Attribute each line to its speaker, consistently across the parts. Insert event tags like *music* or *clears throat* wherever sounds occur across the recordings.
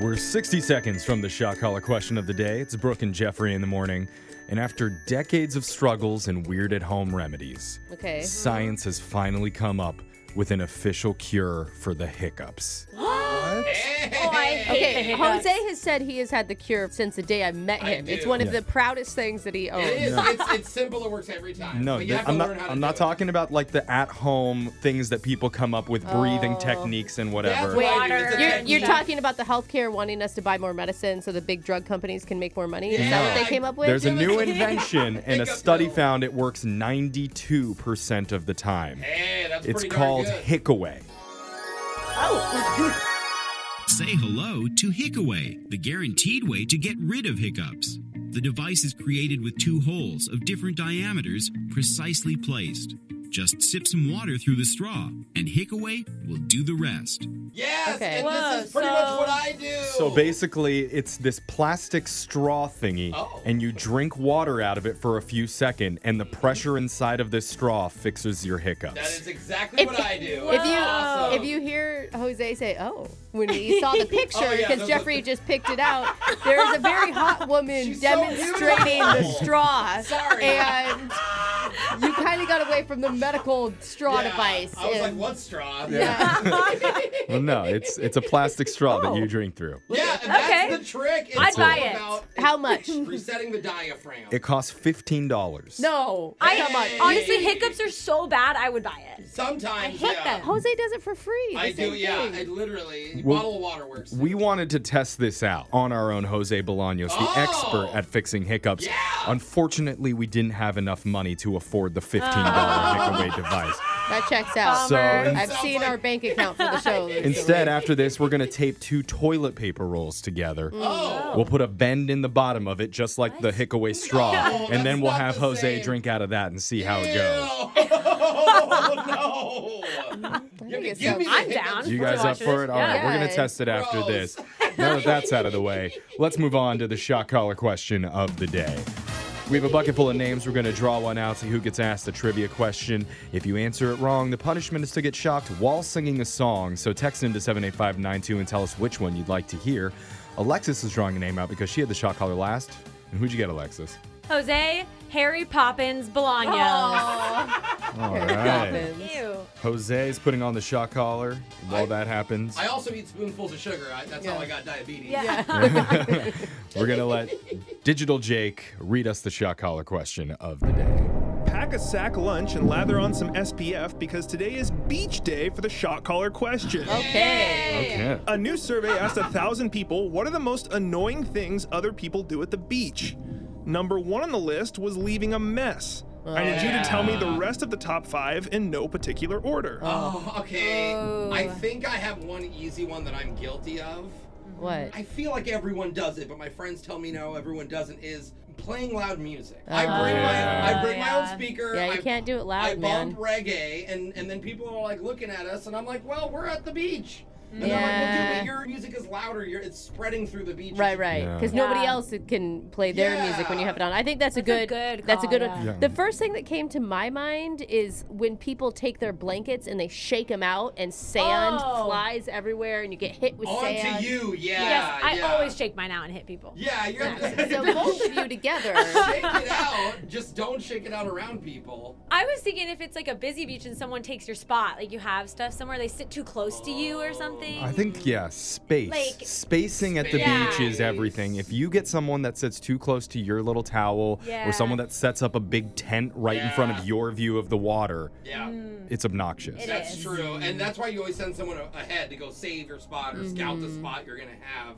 Speaker 1: We're 60 seconds from the shot collar question of the day. It's Brooke and Jeffrey in the morning. And after decades of struggles and weird at home remedies,
Speaker 2: Okay.
Speaker 1: science has finally come up with an official cure for the hiccups.
Speaker 3: Oh,
Speaker 2: Okay, Jose has said he has had the cure since the day I met him. It's
Speaker 3: do.
Speaker 2: one of
Speaker 1: Yeah.
Speaker 2: the proudest things that he
Speaker 3: It
Speaker 2: owns.
Speaker 3: is. It's, it's simple. It works every time.
Speaker 1: Oh, No,
Speaker 3: but you
Speaker 1: th-
Speaker 3: have to
Speaker 1: I'm not.
Speaker 3: learn how to
Speaker 1: I'm not
Speaker 3: do it.
Speaker 1: talking about like the at-home things that people come up with, breathing
Speaker 3: Oh.
Speaker 1: techniques and whatever.
Speaker 3: That's what I do.
Speaker 4: Water.
Speaker 3: It's a
Speaker 2: You're,
Speaker 3: technique.
Speaker 2: you're talking about the healthcare wanting us to buy more medicine so the big drug companies can make more money. Is that what
Speaker 3: Yeah.
Speaker 2: they came up with?
Speaker 1: There's a new
Speaker 3: *laughs*
Speaker 1: invention, and a
Speaker 3: Hiccup
Speaker 1: study
Speaker 3: pill.
Speaker 1: found it works 92% of the time.
Speaker 3: Hey, that's
Speaker 1: It's
Speaker 3: pretty darn
Speaker 1: called
Speaker 3: good.
Speaker 1: Hickaway.
Speaker 5: Say hello to Hickaway, the guaranteed way to get rid of hiccups. The device is created with two holes of different diameters precisely placed. Just sip some water through the straw, and Hickaway will do the rest.
Speaker 3: Yes,
Speaker 2: Okay.
Speaker 3: and
Speaker 4: Whoa,
Speaker 3: this is pretty
Speaker 4: so-
Speaker 3: much what I do.
Speaker 1: So basically, it's this plastic straw thingy,
Speaker 3: Oh.
Speaker 1: and you drink water out of it for a few seconds, and the pressure inside of this straw fixes your hiccups.
Speaker 3: that is exactly what I do.
Speaker 2: If
Speaker 3: It's
Speaker 2: you
Speaker 3: awesome.
Speaker 2: if you hear Jose say, "Oh," when he
Speaker 3: *laughs*
Speaker 2: saw the picture,
Speaker 3: Oh, yeah,
Speaker 2: because
Speaker 3: the-
Speaker 2: Jeffrey just picked it out, there is a very
Speaker 3: *laughs*
Speaker 2: hot woman
Speaker 3: She's so
Speaker 2: demonstrating the
Speaker 3: beautiful.
Speaker 2: straw,
Speaker 3: Sorry.
Speaker 2: and you kind of got away from the medical straw
Speaker 3: Yeah,
Speaker 2: device.
Speaker 3: I was
Speaker 2: and-
Speaker 3: like, what straw?
Speaker 2: Yeah.
Speaker 1: well, no, it's it's a plastic straw that
Speaker 3: *laughs*
Speaker 1: you drink through.
Speaker 3: Yeah, and that's
Speaker 4: Okay.
Speaker 3: the trick. It's
Speaker 4: I'd
Speaker 3: all
Speaker 4: buy it.
Speaker 3: about
Speaker 2: How much?
Speaker 3: resetting the diaphragm.
Speaker 1: It costs fifteen dollars.
Speaker 2: No,
Speaker 4: I
Speaker 2: come on.
Speaker 4: honestly hiccups are so bad. I would buy it.
Speaker 3: Sometimes,
Speaker 2: hate
Speaker 3: yeah.
Speaker 2: them. Jose does it for free.
Speaker 3: I
Speaker 2: the
Speaker 3: do,
Speaker 2: same
Speaker 3: yeah.
Speaker 2: thing.
Speaker 3: I literally,
Speaker 1: Well,
Speaker 3: bottle of water works.
Speaker 1: We wanted to test this out on our own Jose Bolaños, the
Speaker 3: Oh!
Speaker 1: expert at fixing hiccups.
Speaker 3: Yeah!
Speaker 1: Unfortunately, we didn't have enough money to afford the $15
Speaker 3: Ah.
Speaker 1: Hickaway
Speaker 3: *laughs*
Speaker 1: device.
Speaker 2: That checks out.
Speaker 1: So in-
Speaker 2: I've
Speaker 3: Sounds
Speaker 2: seen
Speaker 3: like-
Speaker 2: our bank account for the
Speaker 3: *laughs*
Speaker 2: show.
Speaker 1: instead, after this, we're going to tape two toilet paper rolls together.
Speaker 3: oh,
Speaker 1: We'll put a bend in the bottom of it, just like the Hickaway straw,
Speaker 3: No,
Speaker 1: and then
Speaker 3: that's
Speaker 1: we'll
Speaker 3: not
Speaker 1: have
Speaker 3: the
Speaker 1: Jose
Speaker 3: same.
Speaker 1: drink out of that and see how it goes.
Speaker 3: *laughs*
Speaker 2: *laughs*
Speaker 3: Oh, no. You have to
Speaker 2: it's
Speaker 3: give me the
Speaker 4: I'm
Speaker 3: hiccups
Speaker 4: down.
Speaker 1: You
Speaker 4: We're
Speaker 1: guys up
Speaker 4: watching
Speaker 1: for
Speaker 4: this.
Speaker 1: it? All right, we're
Speaker 2: Yeah.
Speaker 1: going to test it after
Speaker 3: Gross.
Speaker 1: this. Now that that's out of the way, let's move on to the shot collar question of the day. We have a bucket full of names. We're going to draw one out, see who gets asked the trivia question. If you answer it wrong, the punishment is to get shocked while singing a song. So text into 78592 and tell us which one you'd like to hear. Alexis is drawing a name out because she had the shot collar last. And who'd you get, Alexis?
Speaker 4: Jose, Harry Poppins, Bolaños.
Speaker 1: All right.
Speaker 4: Ew.
Speaker 1: Jose is putting on the shot collar while
Speaker 3: I-
Speaker 1: that happens.
Speaker 3: I also eat spoonfuls of sugar. I, that's how
Speaker 2: Yeah.
Speaker 3: I got diabetes.
Speaker 4: Yeah.
Speaker 1: We're going to let Digital Jake read us the shot collar question of the day.
Speaker 6: Pack a sack lunch and lather on some SPF because today is beach day for the shot collar question.
Speaker 2: Okay.
Speaker 1: Okay.
Speaker 6: A new survey asked a thousand people what are the most annoying things other people do at the beach. Number one on the list was leaving a mess. I need you to tell me the rest of the top five in no particular order.
Speaker 3: *laughs* Oh, okay. I
Speaker 2: Oh.
Speaker 3: think I have one easy one that I'm guilty of.
Speaker 2: What?
Speaker 3: I feel like everyone does it, but my friends tell me no, everyone doesn't. Is playing loud music. I bring my I bring my own speaker.
Speaker 2: Oh, Yeah, you
Speaker 3: I,
Speaker 2: can't do it loud,
Speaker 3: I
Speaker 2: man.
Speaker 3: bump reggae, and and then people are like looking at us, and I'm like, well, we're at the beach. And they're like, well, dude,
Speaker 2: Yeah.
Speaker 3: but your music is louder. You're, it's spreading through the beach.
Speaker 2: Right, right.
Speaker 1: Yeah.
Speaker 2: Because nobody else can play their
Speaker 3: Yeah.
Speaker 2: music when you have it on. I think that's, a
Speaker 4: That's a
Speaker 2: good.
Speaker 4: good
Speaker 2: that's a
Speaker 4: call,
Speaker 2: good one.
Speaker 4: yeah.
Speaker 1: Yeah.
Speaker 2: The first thing that came to my mind is when people take their blankets and they shake them out, and sand
Speaker 4: Oh.
Speaker 2: flies everywhere, and you get hit with
Speaker 3: On
Speaker 2: sand.
Speaker 3: to you, yeah.
Speaker 4: yes, I
Speaker 3: yeah.
Speaker 4: always shake mine out and hit people.
Speaker 3: Yeah, you're. *laughs*
Speaker 2: So both of you together.
Speaker 3: shake it out. Just don't shake it out around people.
Speaker 4: I was thinking if it's like a busy beach and someone takes your spot, like you have stuff somewhere, they sit too close to you or something.
Speaker 1: I think yeah, space.
Speaker 4: Like-
Speaker 1: Spacing at the
Speaker 4: Space.
Speaker 1: beach is everything. If you get someone that sits too close to your little towel
Speaker 4: Yeah.
Speaker 1: or someone that sets up a big tent right in front of
Speaker 3: Yeah.
Speaker 1: your view of the water,
Speaker 3: Yeah.
Speaker 2: Mm,
Speaker 1: it's obnoxious.
Speaker 4: It
Speaker 3: That's
Speaker 4: is.
Speaker 3: true, and that's why you always send someone a- ahead to go save your spot or scout the
Speaker 2: Mm-hmm.
Speaker 3: spot you're gonna have.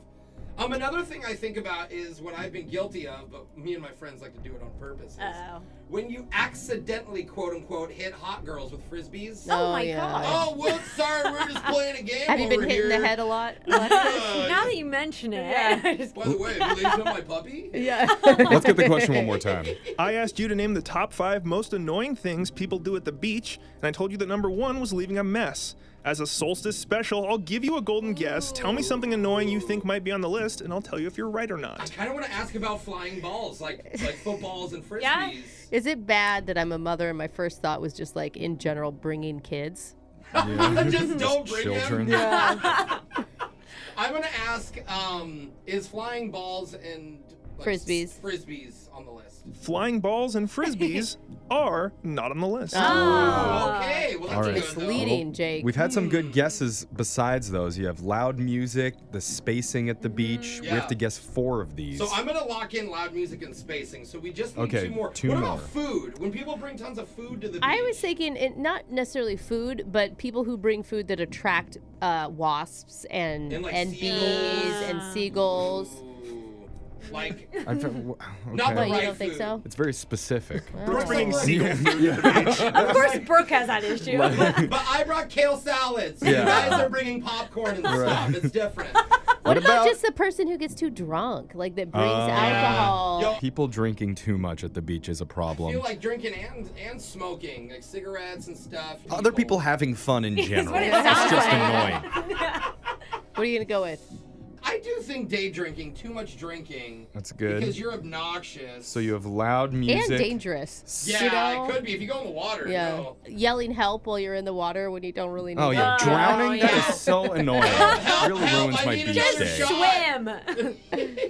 Speaker 3: Um, another thing I think about is what I've been guilty of, but me and my friends like to do it on purpose. is
Speaker 4: Uh-oh.
Speaker 3: When you accidentally, quote unquote, hit hot girls with frisbees.
Speaker 4: Oh, my
Speaker 2: yeah.
Speaker 4: god.
Speaker 3: Oh, whoops! Sorry, we're just playing a game.
Speaker 2: Have you been
Speaker 3: over
Speaker 2: hitting
Speaker 3: here.
Speaker 2: the head a lot?
Speaker 3: Uh,
Speaker 4: Now that you mention it,
Speaker 3: By the way, have you ladies know my puppy?
Speaker 2: yeah.
Speaker 1: Let's get the question one more
Speaker 4: *laughs*
Speaker 1: time.
Speaker 6: I asked you to name the top five most annoying things people do at the beach, and I told you that number one was leaving a mess. As a solstice special, I'll give you a golden guess. Tell me something annoying you think might be on the list, and I'll tell you if you're right or
Speaker 3: I
Speaker 6: not.
Speaker 3: kind of want to ask about flying balls, like like footballs and frisbees.
Speaker 4: Yeah.
Speaker 3: *laughs*
Speaker 2: Is it bad that I'm a mother and my first thought was just like in general bringing kids?
Speaker 3: Oh, just don't bring them.
Speaker 1: Children.
Speaker 3: I'm gonna ask: um, Is flying balls and like, s-
Speaker 2: Frisbees.
Speaker 3: frisbees on the list?
Speaker 6: Flying balls and frisbees are not on the list.
Speaker 3: Oh. okay, well that's
Speaker 1: Uh, All right.
Speaker 3: good. though.
Speaker 2: Misleading, Jake.
Speaker 1: We've had some good guesses besides those. You have loud music, the spacing at the beach. We have
Speaker 3: Yeah.
Speaker 1: to guess four of these.
Speaker 3: So I'm gonna lock in loud music and spacing. So we just need
Speaker 1: Okay,
Speaker 3: two more.
Speaker 1: two
Speaker 3: what
Speaker 1: more.
Speaker 3: about food? When people bring tons of food to the beach,
Speaker 2: I was thinking it, not necessarily food, but people who bring food that attract uh, wasps and
Speaker 3: And, like,
Speaker 2: and bees
Speaker 3: seagulls.
Speaker 2: and seagulls.
Speaker 3: Ooh,
Speaker 1: *laughs*
Speaker 3: like
Speaker 1: I'm
Speaker 2: *laughs*
Speaker 1: trying- w- *sighs*
Speaker 3: Not
Speaker 2: But
Speaker 1: okay.
Speaker 3: the
Speaker 2: you
Speaker 3: right
Speaker 2: don't think
Speaker 3: food.
Speaker 2: so?
Speaker 1: It's very
Speaker 3: *laughs*
Speaker 1: specific.
Speaker 3: Brooke's like, "Look,
Speaker 2: *laughs*
Speaker 4: *laughs* Of course, Brooke has that issue.
Speaker 3: But I brought kale salads.
Speaker 1: Yeah.
Speaker 3: You guys are bringing popcorn
Speaker 1: *laughs*
Speaker 3: and stuff. It's different.
Speaker 1: What
Speaker 2: What about
Speaker 1: about-
Speaker 2: just the person who gets too drunk, like that brings
Speaker 1: Oh.
Speaker 2: alcohol?
Speaker 3: Ah. Yo,
Speaker 1: People drinking too much at the beach is a
Speaker 3: I
Speaker 1: problem.
Speaker 3: feel like drinking and and smoking, like cigarettes and stuff.
Speaker 1: Other people having fun
Speaker 3: *laughs*
Speaker 1: in general.
Speaker 4: what it
Speaker 1: It's
Speaker 4: sounds
Speaker 1: just
Speaker 2: like.
Speaker 1: annoying.
Speaker 2: What are you gonna go with?
Speaker 3: I do think day drinking, too much drinking.
Speaker 1: That's good.
Speaker 3: Because you're obnoxious.
Speaker 1: So you have loud music.
Speaker 2: And dangerous.
Speaker 3: Yeah,
Speaker 2: you know?
Speaker 3: it could be if you go in the water.
Speaker 2: Yeah,
Speaker 3: no.
Speaker 2: yelling help while you're in the water when you don't really need.
Speaker 1: Oh yeah,
Speaker 4: Oh,
Speaker 1: drowning. That
Speaker 3: yeah.
Speaker 1: is
Speaker 3: *laughs*
Speaker 1: so annoying. It really
Speaker 3: help,
Speaker 1: ruins
Speaker 3: I
Speaker 1: my
Speaker 3: need
Speaker 1: beach
Speaker 3: another
Speaker 1: day.
Speaker 3: shot.
Speaker 4: Swim.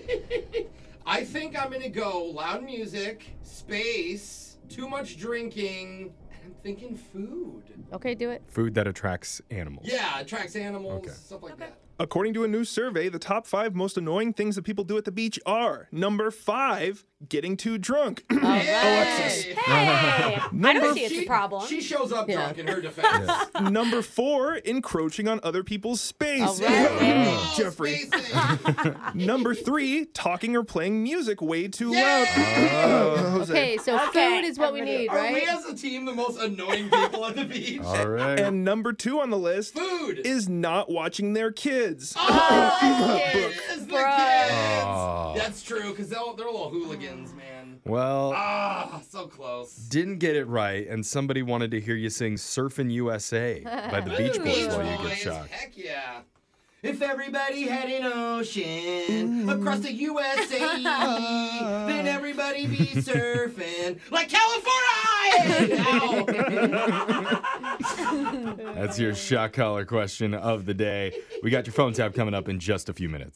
Speaker 3: I think I'm gonna go loud music, space, too much drinking, and I'm thinking food.
Speaker 2: it. Okay, do it.
Speaker 1: Food that attracts animals.
Speaker 3: Yeah, attracts animals,
Speaker 1: Okay.
Speaker 3: stuff like that.
Speaker 6: According to a new survey, the top five most annoying things that people do at the beach are number five, getting too drunk.
Speaker 2: Uh,
Speaker 3: Alexis.
Speaker 4: *laughs* Hey, I
Speaker 6: *clears throat*
Speaker 4: don't see it's a problem.
Speaker 3: She shows up
Speaker 2: *laughs*
Speaker 3: drunk in her defense.
Speaker 6: number four, encroaching on other people's space.
Speaker 2: All right.
Speaker 6: *clears throat*
Speaker 3: Oh,
Speaker 6: Jeffrey.
Speaker 3: spacing.
Speaker 6: Number three, talking or playing music way too
Speaker 3: *laughs* Yay!
Speaker 2: Uh.
Speaker 6: loud. Uh, Jose.
Speaker 2: Okay, so
Speaker 4: Okay,
Speaker 2: food is what
Speaker 4: I'm
Speaker 2: we
Speaker 4: gonna- Oh,
Speaker 2: need,
Speaker 3: Are we
Speaker 2: right?
Speaker 3: as a team the most annoying people at the beach?
Speaker 1: All right.
Speaker 6: And number two on the list
Speaker 3: Food.
Speaker 6: is not watching their kids.
Speaker 2: *laughs*
Speaker 3: Oh,
Speaker 2: kids.
Speaker 3: it is the kids.
Speaker 2: Uh.
Speaker 1: Bruh.
Speaker 3: That's true, because they're, all- they're all hooligans, man.
Speaker 1: well,
Speaker 3: Ah, so close.
Speaker 1: didn't get it right, and somebody wanted to hear you sing "Surfin' USA" by the Beach Boys while you get
Speaker 3: Boys,
Speaker 1: shocked.
Speaker 3: Heck yeah. If everybody had an ocean across the USA,
Speaker 1: *laughs*
Speaker 3: then everybody be surfing like California!
Speaker 1: *laughs*
Speaker 3: Ow.
Speaker 1: That's your shock collar question of the day. We got your phone tap coming up in just a few minutes.